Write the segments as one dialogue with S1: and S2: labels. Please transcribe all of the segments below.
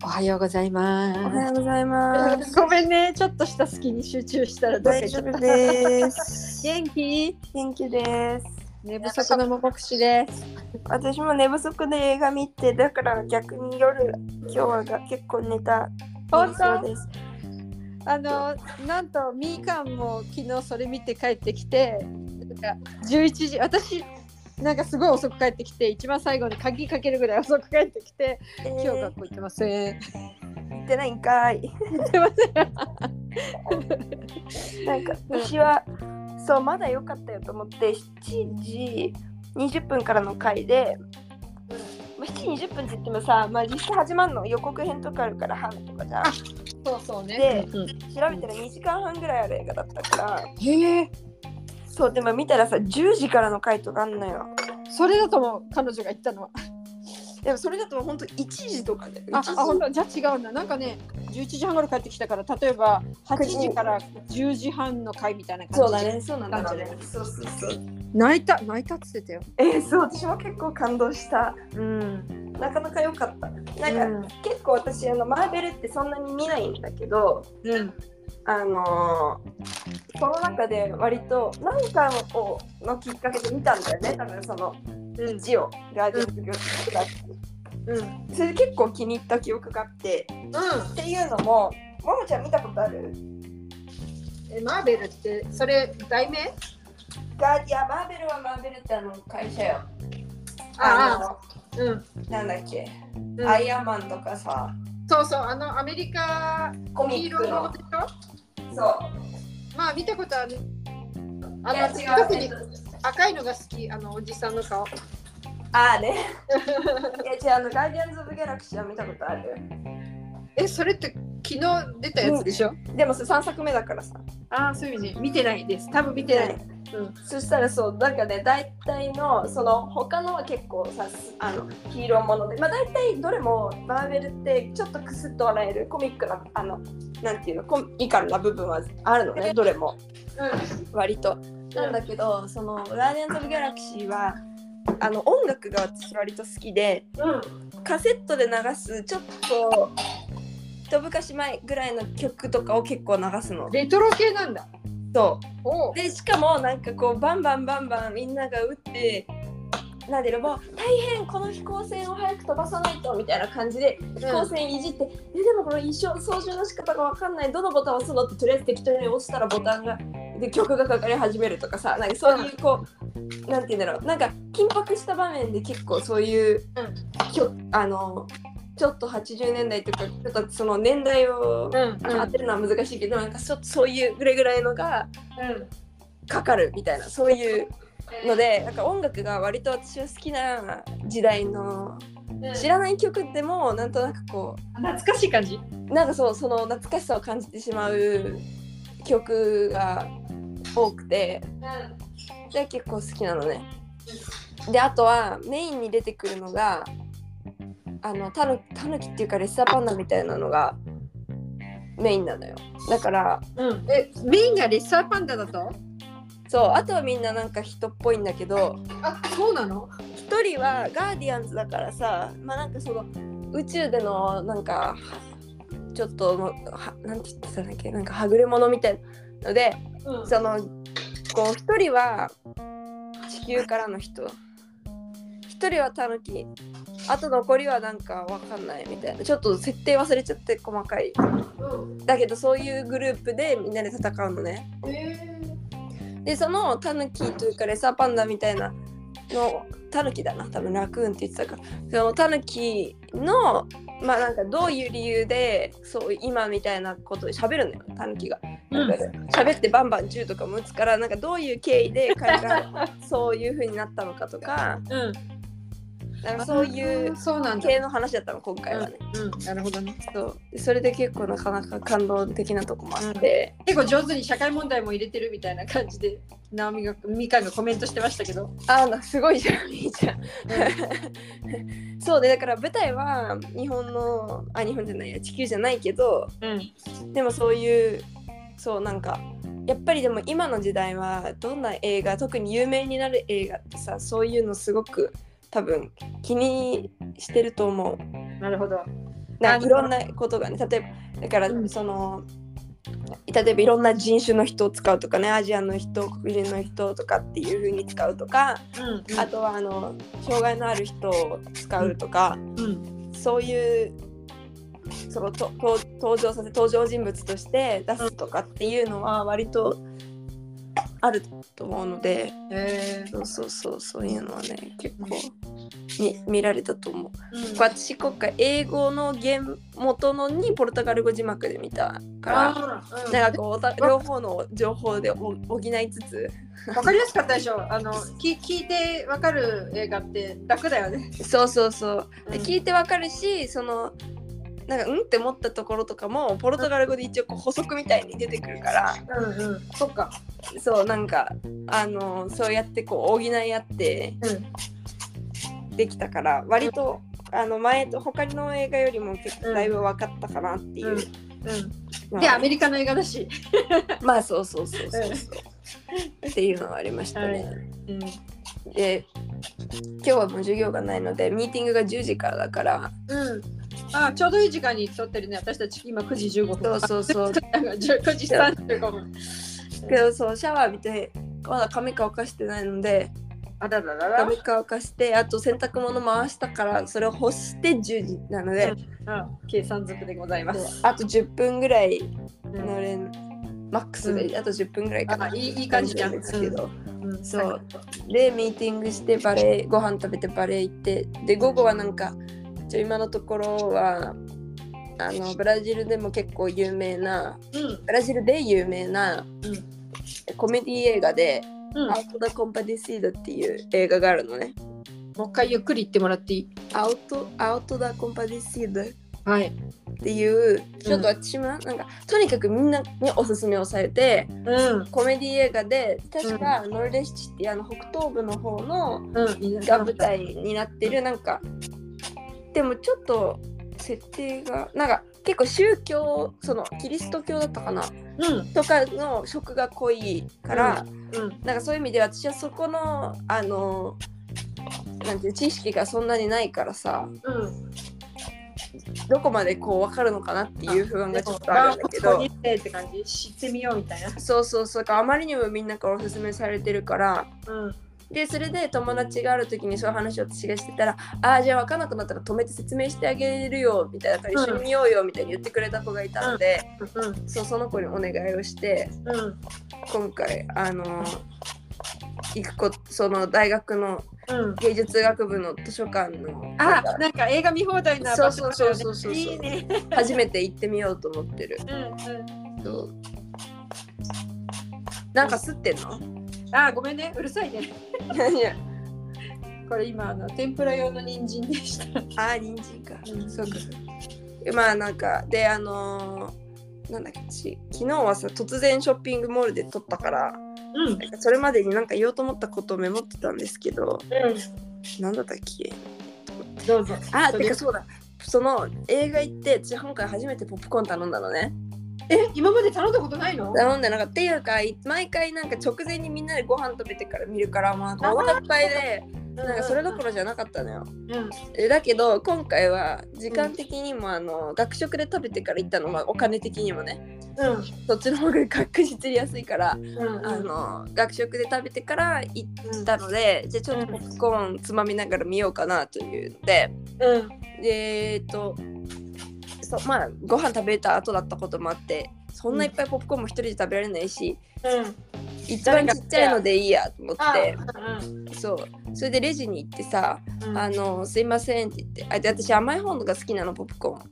S1: はようござい
S2: お
S1: ま。
S2: はようございますす。
S1: ごめんね、ちょっとした隙に集中したらどっか行
S2: 大
S1: っち
S2: 丈
S1: ゃっ
S2: 夫
S1: た。
S2: です。
S1: 元気
S2: 元気です。
S1: 寝不足のもこくしです。
S2: 私も寝不足で映画見て、だから逆に夜、今日はが結構寝た。
S1: 本
S2: そう
S1: 当
S2: です。
S1: あの、なんとみーかんも昨日それ見て帰ってきて、なんか11時、私、なんかすごい遅く帰ってきて、一番最後に鍵かけるぐらい遅く帰ってきて、
S2: え
S1: 今日学校行ってません。
S2: ー行ってないんかい。
S1: 行ってません。
S2: なんか私は、そう、まだ良かったよと思って、7時20分からの回で、まあ7時20分って言ってもさ、まあ、実際始まるの予告編とかあるから半とかじゃん。
S1: そうそう
S2: で
S1: ね。
S2: 調べたら2時間半ぐらいある映画だったから、
S1: へえ、
S2: そう、でも見たらさ、10時からの回とかあんのよ。
S1: それだと思う、彼女が言ったのは。
S2: でもそれだと本当1時とかで。
S1: あ、あ
S2: 1時
S1: 本当じゃあ違うんだ。なんかね、11時半頃帰ってきたから、例えば8時から10時半の会みたいな感じ。
S2: そうだ。ね、そうなんだろうね
S1: 感。
S2: そうそうそう。
S1: 泣いた、泣いたって言ってたよ。
S2: えーそう、私も結構感動した。
S1: うん。
S2: なかなか良かった。なんか、結構私あの、マーベルってそんなに見ないんだけど、
S1: うん。
S2: あのー、その中で割と何かのこうのきっかけで見たんだよね、多分その
S1: うん。
S2: 字を、ガーディングだって。
S1: うん。
S2: それで結構気に入った記憶があって、っていうのも、ももちゃん見たことある
S1: え、マーベルって、それ題名。
S2: ガーディアン、マーベルはマーベルってあの会社よ。
S1: あ
S2: の
S1: うん。
S2: なんだっけ、
S1: うん
S2: アイアンマンとかさ、
S1: そうそう、あのアメリカ。
S2: コ
S1: 黄
S2: ミッ
S1: 色
S2: ク
S1: いの
S2: の
S1: で。しょ
S2: そう。
S1: まあ、見たことある。あ
S2: いや
S1: の、
S2: 違
S1: 特に
S2: う。
S1: 赤いのが好き、あのおじさんの顔。
S2: ああね。いや違う、あの、ガーディアンズ・オブ・ギャラクシーは見たことある。
S1: え、それって、昨日出たやつでしょ、
S2: でもそ3作目だからさ。
S1: ああ、そういう意味ね、見てないです。多分見てない。うん
S2: そしたらそう、なんかね、大体の、その、他のは結構さ、すあの、ヒーローもので、まあ大体どれも、マーベルってちょっとクスッと笑えるコミックな、あの、なんていうの、コミカルな部分はあるのね、どれも。割と。なんだけど、その「ガーディアンズ・オブ・ギャラクシーは」あの音楽が私割と好きで
S1: うん。うん。
S2: カセットで流すちょっと一昔前ぐらいの曲とかを結構流すの。
S1: レトロ系なんだ。
S2: そ
S1: お
S2: うでしかもなんかこうバンバンバンバンみんなが打ってなんでもう大変この飛行船を早く飛ばさないとみたいな感じで飛行船いじって、えでもこの衣装操縦の仕方がわかんないどのボタンを押すのってとりあえず適当に押したらボタンがで曲がかかり始めるとかさなんかそういうこうなんて言うんだろうなんか緊迫した場面で結構そういう、
S1: うん
S2: きょあのちょっと80年代とかちょっとその年代
S1: う
S2: を
S1: んうん
S2: 当てるのは難しいけど、なんかちょっとそういうぐらいぐらいのがかかるみたいなそういうのでなんか音楽が割と私は好きな時代の
S1: うん
S2: 知らない曲でもなんとなくこう
S1: 懐かしい感じ。
S2: なんかそうその懐かしさを感じてしまう曲が多くてで結構好きなのね。であとはメインに出てくるのがあのタヌタヌキっていうかレッサーパンダみたいなのがメインなのよだから
S1: うん。え、メインがレッサーパンダだと？
S2: そうあとはみんななんか人っぽいんだけど
S1: あ、そうなの？
S2: 一人はガーディアンズだからさまあなんかその宇宙でのなんかちょっとのはなんて言ってたんだっけなんかはぐれ者みたいなので
S1: う
S2: そのこう一人は地球からの人一人はタヌキあと残りはなんかわかんないみたいなちょっと設定忘れちゃって細かい
S1: ん。
S2: だけどそういうグループでみんなで戦うのね
S1: え
S2: でそのタヌキというかレッサーパンダみたいなのタヌキだな多分ラクーンって言ってたからそのタヌキのまあなんかどういう理由でそう今みたいなことで喋るんだよタヌキが。なんか喋ってバンバン銃とかも撃つからなんかどういう経緯で彼がそういう風になったのかとか
S1: うん。
S2: なんかそういう
S1: そうなんだ。
S2: 系の話だったの今回はね。
S1: うん。なるほどね。
S2: そうでそれで結構なかなか感動的なとこもあって、
S1: 結構上手に社会問題も入れてるみたいな感じで、ナオミがみかんがコメントしてましたけど。
S2: ああすごいじゃんいいじゃん。 そうでだから舞台は日本のあ日本じゃないや地球じゃないけど
S1: うん。
S2: でもそういうそうなんかやっぱりでも今の時代はどんな映画特に有名になる映画ってさそういうのすごく多分気にしてると思う
S1: なるほど。
S2: なん
S1: あ
S2: かいろんなことがね例えばだから
S1: うん
S2: その、例えばいろんな人種の人を使うとかねアジアの人黒人の人とかっていう風に使うとか
S1: うん
S2: あとはあの障害のある人を使うとか、
S1: うん
S2: そういうそのとと登場させ登場人物として出すとかっていうのは割とあると思うので
S1: へー
S2: そうそうそうそういうのはね結構
S1: う
S2: み見られたと思う。
S1: うん
S2: 私今回英語の原元のにポルトガル語字幕で見たから。
S1: あーうん
S2: なんかこうおた両方の情報でお補いつつ
S1: わかりやすかったでしょあのき聞いてわかる映画って楽だよね。
S2: そうそうそう、で
S1: うん
S2: 聞いてわかるしそのなんかうんって思ったところとかもポルトガル語で一応こう補足みたいに出てくるから
S1: うんうん。そっか。
S2: そうなんかあのそうやってこう補い合って
S1: うん。
S2: できたから割とあの前と他の映画よりも結
S1: う
S2: 構
S1: ん
S2: だいぶ分かったかなっていう、
S1: うん。
S2: ま
S1: で
S2: あ
S1: アメリカの映画だし。
S2: まあそうそうそうそうそうっていうのはありましたね。
S1: うん。
S2: で今日はもう授業がないのでミーティングが10時からだから
S1: うん。あちょうどいい時間に撮ってるね。私たち今9時15分。
S2: そうそう そう
S1: だから10 9時35分。
S2: けどそうシャワー浴びてまだ髪乾かしてないので
S1: あだだだだ。
S2: 髪乾かしてあと洗濯物回したからそれを干して10時なので、
S1: うん、計算づくでございま
S2: そう
S1: す。
S2: あと10分ぐらい
S1: うん
S2: のれん、マックスであと10分ぐらいかな、
S1: あいいいい感じじゃん
S2: ですけど、
S1: うん
S2: そう。でミーティングしてバレーご飯食べてバレー行ってで午後はなんかちょ今のところはあのブラジルでも結構有名な
S1: うん。
S2: ブラジルで有名なコメディ映画で「
S1: うん。
S2: アウト・ダ・コンパディシード」っていう映画があるのね。
S1: もう一回ゆっくり言ってもらっていい。
S2: アウト・アウト・ダ・コンパディシードっ
S1: はい。
S2: ていうちょっと私もなんかとにかくみんなにおすすめをされて
S1: うん。
S2: コメディ映画で確かノルデシチっていうあの北東部の方の
S1: うん。
S2: が舞。台になってるなんかでもちょっと設定がなんか結構宗教そのキリスト教だったかな
S1: うん。
S2: とかの色が濃いから、
S1: うん。
S2: なんかそういう意味で私はそこのあのなんていう知識がそんなにないからさ
S1: うん。
S2: どこまでこう分かるのかなっていう不安がちょっとあるんだけ
S1: まあこ
S2: ど
S1: こに来てって感じ。知ってみようみたいな。
S2: そうそうそうだからあまりにもみんなからおすすめされてるから
S1: うん。
S2: でそれで友達がある時にそういう話を私がしてたら「ああじゃあ分かんなくなったら止めて説明してあげるよ」みたいな「一緒に見ようよ」みたいに言ってくれた子がいたので、
S1: うん。
S2: そうその子にお願いをして
S1: うん。
S2: 今回あのー行くこその大学の
S1: うん。
S2: 芸術学部の図書館のな
S1: あ
S2: んか、
S1: なんか映画見放題な場所だよね
S2: そうそうそうそうそう
S1: いいね。
S2: 初めて行ってみようと思ってる。
S1: うん
S2: そうなんか吸ってんの
S1: うん。あ、ごめんね。うるさいね。
S2: 何や
S1: これ今あの天ぷら用の人参でした。
S2: あー、人参か。
S1: うん
S2: そうか。まあなんか、で、あのーなんだっけち昨日はさ突然ショッピングモールで撮ったから
S1: うん。
S2: なんかそれまでになんか言おうと思ったことをメモってたんですけど
S1: う
S2: なんだったっけ
S1: ん。どうぞ。
S2: あてかそうだその映画行って私今回初めてポップコーン頼んだのね
S1: え、今まで頼んだことないの？
S2: 頼んでなんかっていうかい毎回なんか直前にみんなでご飯食べてから見るからまあお腹いっぱいでなんかそれどころじゃなかったのよ
S1: うん。
S2: えだけど今回は時間的にもあの、学食で食べてから行ったのがお金的にもね
S1: うん。
S2: そっちの方が確実に安いから、
S1: うん
S2: あの学食で食べてから行ったので、じゃあちょっとポップコーンつまみながら見ようかなというので
S1: うん
S2: でえっとそうまあご飯食べた後だったこともあってそんないっぱいポップコーンも一人で食べられないし、
S1: うん
S2: 一番ちっちゃいのでいいやと思
S1: あ
S2: ってそうそれでレジに行ってさ「
S1: うん
S2: あのすいません」って言ってあで私甘い方のが好きなのポップコーン。
S1: うん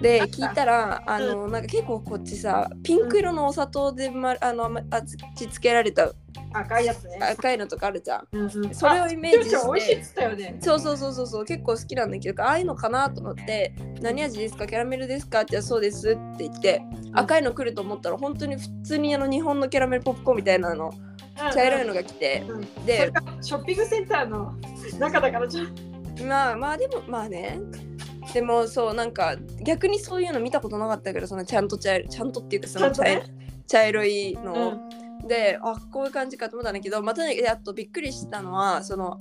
S2: で聞いたらあの、なんか結構こっちさピンク色のお砂糖で、ま、あのま味付けられた
S1: 赤いやつね
S2: 赤いのとかあるじゃん
S1: うんうん
S2: それをイメージ
S1: あちょいちょい美味しいっ
S2: して
S1: つったよね
S2: そうそうそうそうそう結構好きなんだけどああいうのかなと思って「何味ですかキャラメルですか?」って言ったら「そうです」って言って
S1: うん
S2: 赤いの来ると思ったら本当に普通にあの日本のキャラメルポップコーンみたいなの茶色いのが来て
S1: うんうんそれ
S2: で
S1: がショッピングセンターの中だからちょっと
S2: まあまあでもまあねでもそうなんか逆にそういうの見たことなかったけどそのちゃんと茶色ちゃんとっていうかその茶,、
S1: ちゃんと
S2: 茶色いの
S1: う
S2: を、であこういう感じかと思ったんだけどまあとにかくであとびっくりしたのはその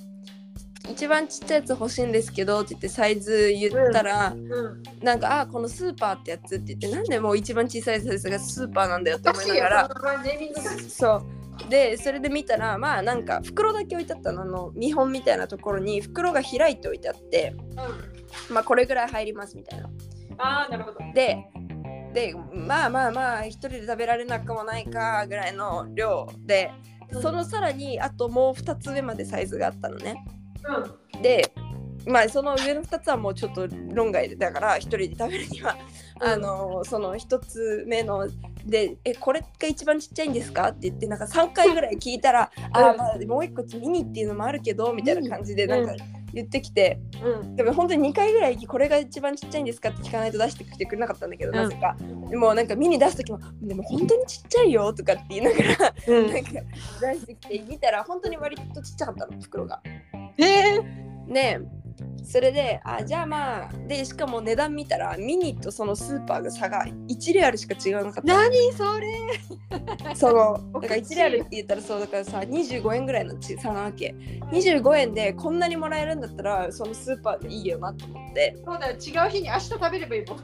S2: 一番ちっちゃいやつ欲しいんですけどって言ってサイズ言ったら、
S1: うん、
S2: なんかあこのスーパーってやつって言ってなんでもう一番小さいサイズがスーパーなんだよって思いながらそうでそれで見たらまあなんか袋だけ置いてあったのあの見本みたいなところに袋が開いて置いてあってまあこれぐらい入りますみたいな
S1: ああなるほど
S2: ででまあまあまあ一人で食べられなくもないかぐらいの量でそのさらにあともう2つ上までサイズがあったのねでまあその上の2つはもうちょっと論外だから一人で食べるには
S1: うん
S2: あのその1つ目ので「えこれが一番ちっちゃいんですか?」って言ってなんか3回ぐらい聞いたら「あーまあもう1個ミニっていうのもあるけど」みたいな感じでなんか言ってきて。
S1: うん
S2: でも本当に2回ぐらいこれが一番ちっちゃいんですかって聞かないと出してきてくれなかったんだけど、
S1: うん
S2: なぜかでもなんか見に出す時も「でも本当にちっちゃいよ」とかって言いながら
S1: う
S2: なんか出してきて見たら本当に割とちっちゃかったの袋が。
S1: んえ
S2: ねえそれであじゃあまあでしかも値段見たらミニとそのスーパーが差が1レアルしか違わなかっ
S1: 何それ
S2: たその
S1: おか
S2: だから
S1: しい
S2: 1レアルって言ったらそうだからさ25円ぐらいのち差なわけ25円でこんなにもらえるんだったらそのスーパーでいいよなと思って。
S1: そうだよ違う日に明日食べればいいもん
S2: あ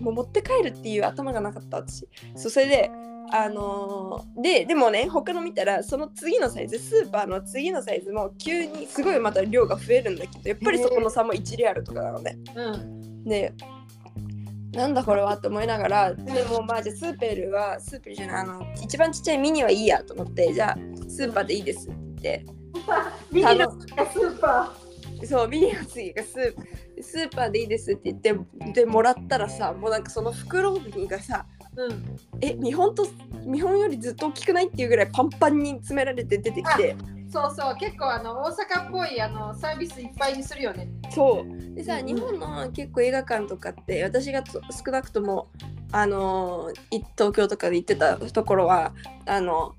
S2: もう持って帰るっていう頭がなかった私そうそれであのーででもね他の見たらその次のサイズスーパーの次のサイズも急にすごいまた量が増えるんだけどやっぱりそこの差も1レアルとかなのね
S1: うん
S2: でなんだこれはって思いながらでもまあじゃあスーペルはスーペルじゃないあの一番ちっちゃいミニはいいやと思ってじゃあスーパーでいいですって
S1: ミ
S2: 言って
S1: のスーパ
S2: そうミニの次がスースーパーでいいですって言ってでもらったらさもうなんかその袋がさ
S1: ーうん
S2: え見本と見本よりずっと大きくないっていうぐらいパンパンに詰められて出てきて
S1: そうそう結構あの大阪っぽいあのサービスいっぱいにするよね
S2: そうでさ、
S1: うん
S2: 日本の結構映画館とかって私がと少なくともあのーい東京とかで行ってたところはあの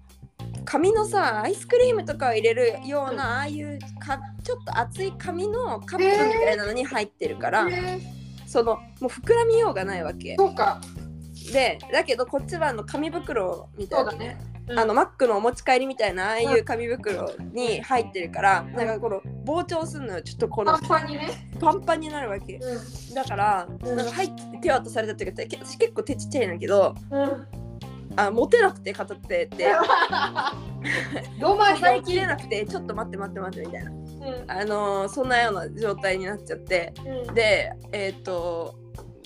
S2: 紙のさアイスクリームとかを入れるような、
S1: うん
S2: ああいうかちょっと厚い紙のカップみたいなのに入ってるから、
S1: え
S2: そのもう膨らみようがないわけ
S1: そうか
S2: でだけどこっちはあの紙袋みたいな
S1: そうだね
S2: あのマックのお持ち帰りみたいなああいう紙袋に入ってるからなんかこの膨張するのよちょっとこ
S1: パ
S2: の
S1: ンパンにね
S2: パンパンになるわけだから
S1: うん
S2: なんか入って手渡された時って私結構手ちっちゃいんだけど
S1: うんうん
S2: あ持てなくて片手って
S1: どまり
S2: 支えきれなくてちょっと待って待って待ってみたいな
S1: うん
S2: あのーそんなような状態になっちゃって
S1: うん
S2: でえっ、と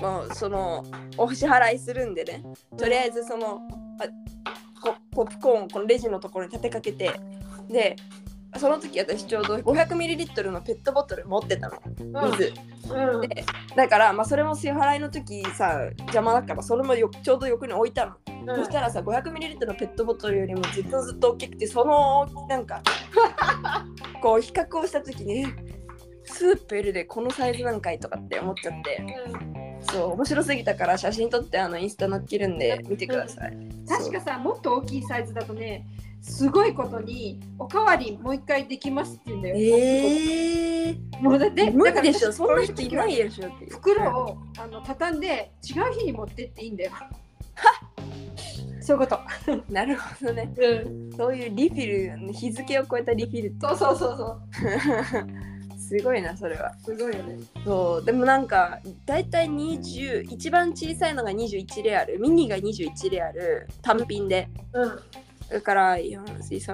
S2: まあそのお支払いするんでねとりあえずそのあポポップコーンをこのレジのところに立てかけてでその時私ちょうど 500ml のペットボトル持ってたの水、
S1: うん
S2: だから、まあ、それも支払いの時さ邪魔だからそれもよちょうど横に置いたの、
S1: うん
S2: そしたらさ 500ml のペットボトルよりもずっとずっと大きくてそのなんかこう比較をした時にえスープ L でこのサイズなんかいとかって思っちゃって
S1: うん
S2: そう面白すぎたから写真撮ってあのインスタ載っけるんで見てください。
S1: 確かさもっと大きいサイズだとねすごいことにおかわりもう一回できますって言うんだよ。
S2: えー、
S1: もうだって
S2: 無理でし
S1: だ
S2: ょそ
S1: か
S2: ん
S1: ら
S2: な
S1: 私
S2: 人いないでしょっていう
S1: 袋をあの畳んで違う日に持ってっていいんだよ。そういうこと。
S2: なるほどね
S1: うん、
S2: そういうリフィル日付を超えたリフィルって
S1: そうそうそうそう。
S2: すごいなそれは
S1: すごいよね。
S2: そうでもなんか大体20一番小さいのが21レアルミニが21レアル単品で
S1: うん。
S2: だから4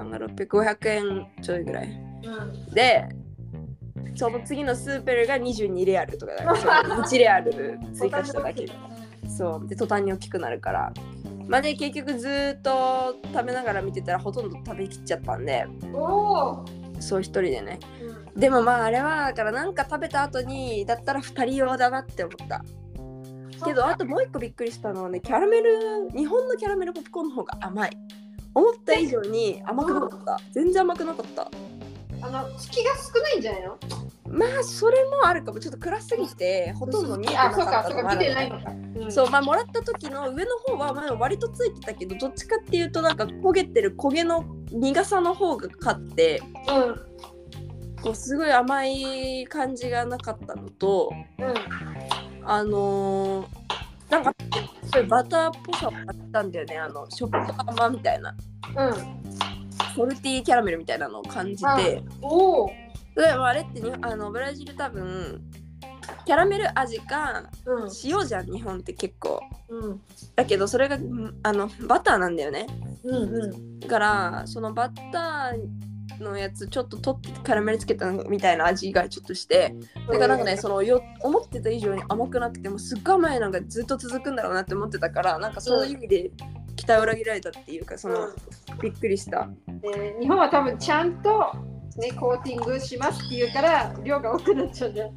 S2: が600500円ちょいぐらい
S1: うん。
S2: でその次のスーペルが22レアルとかだからその1レアル追加しただけそうで途端に大きくなるからまあで結局ずーっと食べながら見てたらほとんど食べきっちゃったんで
S1: おお。
S2: そう一人でねでもまああれはだからなんか食べた後にだったら2人用だなって思ったけどあともう一個びっくりしたのはねキャラメル日本のキャラメルポップコーンの方が甘い思った以上に甘くなかった全然甘くなかった
S1: あの月が少ないんじゃないの？
S2: まあそれもあるかもちょっと暗すぎてほとんど見えてな
S1: あ、そう
S2: か
S1: か
S2: った
S1: そう
S2: のも
S1: か
S2: あ
S1: 見て
S2: る
S1: ないのか。うん
S2: そうまあもらった時の上の方はまあ割とついてたけどどっちかっていうとなんか焦げてる焦げの苦さの方が勝って
S1: うん。
S2: こうすごい甘い感じがなかったのと
S1: うん。
S2: あのーなんかそういうバターっぽさもあったんだよねあのしょっぱ甘みたいな
S1: うん。
S2: ソルティーキャラメルみたいなのを感じ
S1: あ
S2: て
S1: おお。
S2: 例えばあれってにあのブラジル多分キャラメル味か
S1: う
S2: 塩じゃん日本って結構
S1: ん。うん。
S2: だけどそれがんあのバターなんだよね
S1: うんうん。
S2: だからそのバターのやつちょっと取ってキャラメルつけたみたいな味がちょっとしてだからなんかねそのよ思ってた以上に甘くなくてもすっごい甘いのがずっと続くんだろうなって思ってたからなんかそういう意味で期待を裏切られたっていうかそのびっくりした
S1: で日本は多分ちゃんと、ね、コーティングしますっていうから量が多くなっちゃうんだよ。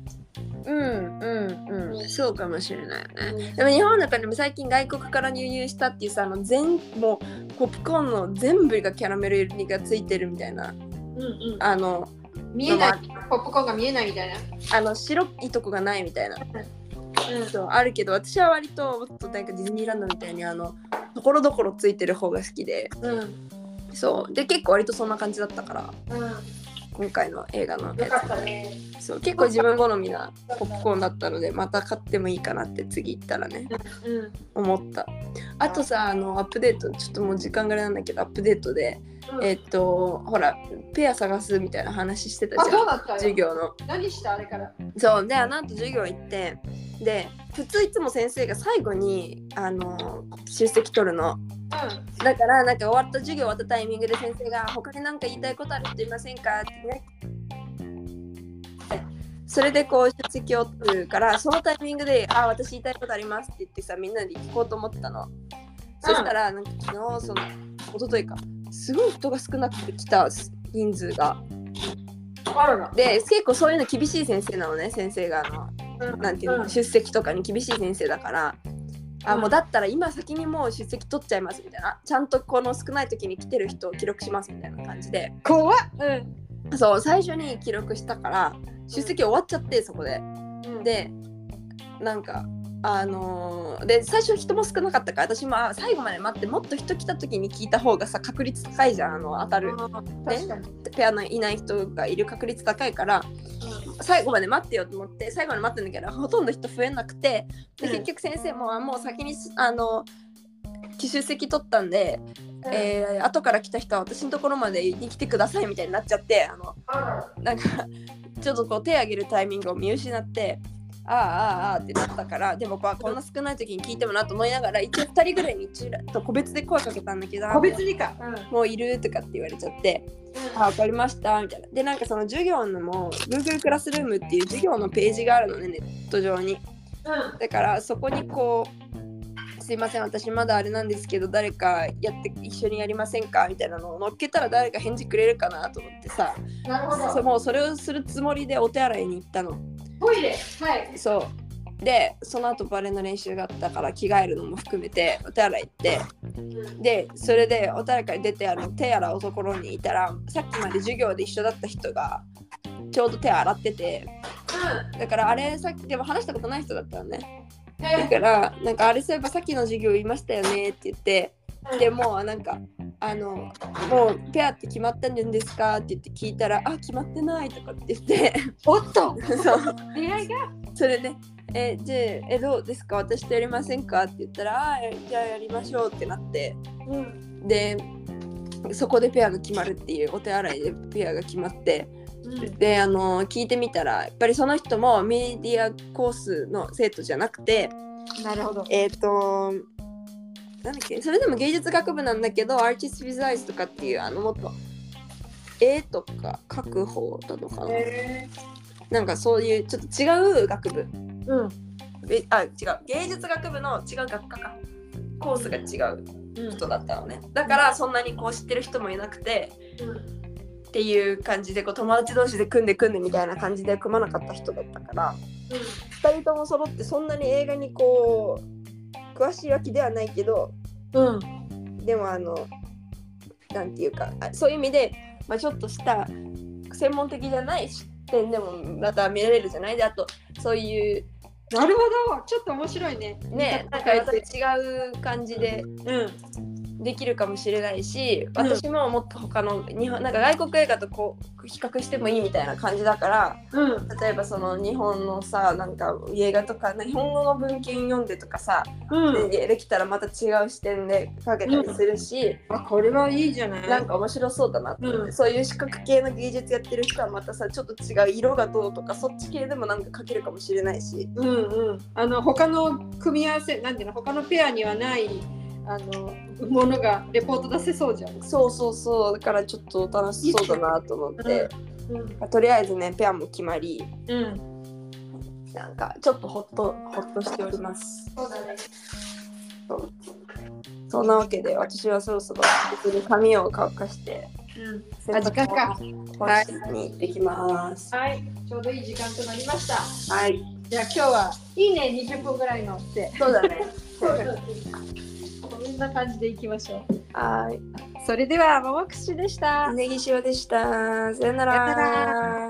S2: うんうんうんそうかもしれないよね
S1: う
S2: でも日本の中でも最近外国から輸入したっていうさあの全もうポップコーンの全部がキャラメルにがついてるみたいなん
S1: うん
S2: あの
S1: 見えない、ポップコーンが見えないみたいな。
S2: あの白いとこがないみたいな
S1: うん
S2: そうあるけど私は割ともっとなんかディズニーランドみたいにあのところどころついてる方が好きで
S1: うん。
S2: そうで結構割とそんな感じだったから今回の映画
S1: よ
S2: のや
S1: かったね。
S2: つそう結構自分好みなポップコーンだったのでまた買ってもいいかなって次行ったらね
S1: うん。
S2: 思ったあとさあのアップデートちょっともう時間があれなんだけどアップデートでえっとほらペア探すみたいな話してた
S1: あ、
S2: じゃ
S1: そうんだったよ
S2: 授業の
S1: 何したあれから。
S2: そうであの後授業行ってで普通いつも先生が最後にあの出席取るの
S1: う
S2: だからなんか終わった授業終わったタイミングで先生が「他に何か言いたいことある人いませんか?」ってねそれでこう出席を取るからそのタイミングで「あ私言いたいことあります」って言ってさみんなで聞こうと思ってたの、そしたらなんか昨日その一昨日かすごい人が少なくて来た人数が
S1: ん。あらら。
S2: で結構そういうの厳しい先生なのね先生があの
S1: うん
S2: なんていうの、
S1: うん
S2: 出席とかに厳しい先生だから、あ
S1: うん
S2: もうだったら今先にもう出席取っちゃいますみたいなちゃんとこの少ない時に来てる人を記録しますみたいな感じで
S1: 怖っ。うん。
S2: そう最初に記録したから出席終わっちゃってそこで
S1: うん、
S2: でなんかあのーで最初人も少なかったから私もあ最後まで待ってもっと人来た時に聞いた方がさ確率高いじゃんあの当たる
S1: 確かに。
S2: ペアのいない人がいる確率高いから最後まで待ってよと思って最後まで待ってんだけどほとんど人増えなくて
S1: う
S2: で
S1: ん
S2: 結局先生もあもう先にすあの出席取ったんで、
S1: うん
S2: えー後から来た人は私のところまでに来てくださいみたいになっちゃってあの
S1: あら
S2: なんかちょっとこう手挙げるタイミングを見失って。ああああああってなったからでもこうこんな少ない時に聞いてもなと思いながら一応2人ぐらいに一応個別で声かけたんだけど
S1: ら個別にか。うん。
S2: もういるとかって言われちゃってあわかりましたみたいなでなんかその授業のも Google クラスルームっていう授業のページがあるのねネット上に
S1: うん。
S2: だからそこにこう「すいません私まだあれなんですけど誰かやって一緒にやりませんか?」みたいなのを乗っけたら誰か返事くれるかなと思ってさ
S1: なるほ
S2: そ
S1: ど。
S2: もうそれをするつもりでお手洗いに行ったの
S1: トイレ。はい。
S2: そうでその後バレーの練習があったから着替えるのも含めてお手洗い行って
S1: うん。
S2: でそれでお誰かに出てあの手洗うところにいたらさっきまで授業で一緒だった人がちょうど手洗っててだからあれさっきでも話したことない人だったのねだ
S1: え
S2: からなんかあれそういえばさっきの授業言いましたよねって言って
S1: うん
S2: でもうなんかあのもうペアって決まったんですかって言って聞いたらあ決まってないとかって言って
S1: おっと
S2: そう
S1: 出会いが
S2: それで、え、じゃあ、え、どうですか私とやりませんかって言ったら、あじゃあやりましょうってなって、
S1: うん。
S2: で、そこでペアが決まるっていうお手洗いでペアが決まって、
S1: うん。
S2: で、あの、聞いてみたら、やっぱりその人もメディアコースの生徒じゃなくて、
S1: なるほど。
S2: えっ、と、なんだっけ、それでも芸術学部なんだけど、アーティスト・ビザイズとかっていう、あの、もっと、絵とか書く方なのかな、
S1: へ
S2: なんかそういうちょっと違う学部
S1: ーうん。
S2: べあ違う芸術学部の違う学科かコースが違う
S1: うん
S2: 人だったのねだからそんなにこう知ってる人もいなくてっていう感じでこう友達同士で組んで組んでみたいな感じで組まなかった人だったから2人とも揃ってそんなに映画にこう詳しいわけではないけど
S1: うん。うん。
S2: でもあのなんていうかあそういう意味で、まあ、ちょっとした専門的じゃない視点でもまた見られるじゃないであとそういう
S1: なるほど。ちょっと面白いね。
S2: ねなんかやっぱり違う感じで
S1: うん。
S2: できるかもしれないし私ももっと他の日本なんか外国映画とこう比較してもいいみたいな感じだから
S1: うん
S2: 例えばその日本のさなんか映画とか日本語の文献読んでとかさ、
S1: うん
S2: でできたらまた違う視点でかけたりするし、
S1: あこれはいいじゃない
S2: なんか面白そうだなって、
S1: うん
S2: そういう視覚系の芸術やってる人はまたさちょっと違う色がどうとかそっち系でもなんかかけるかもしれないし
S1: うんうんあの他の組み合わせなんていうの他のペアにはないあのものがレポート出せそうじゃん
S2: そうそうそうだからちょっと楽しそうだなと思って、
S1: うん
S2: まあとりあえずねペアも決まり
S1: うん
S2: なんかちょっとほっとほっとしております
S1: そうだね
S2: そんなわけで私はそろそろ別に髪を乾かして
S1: うん
S2: 洗
S1: あ時間か
S2: 濯室に行ってきます
S1: はいちょうどいい時間となりました
S2: はい
S1: じゃあ今日はいいね20分ぐらいのって
S2: そうだね
S1: こんな感じでいきましょう
S2: はい
S1: それではももくしでした
S2: 根岸おでしたさよな
S1: さよな
S2: ら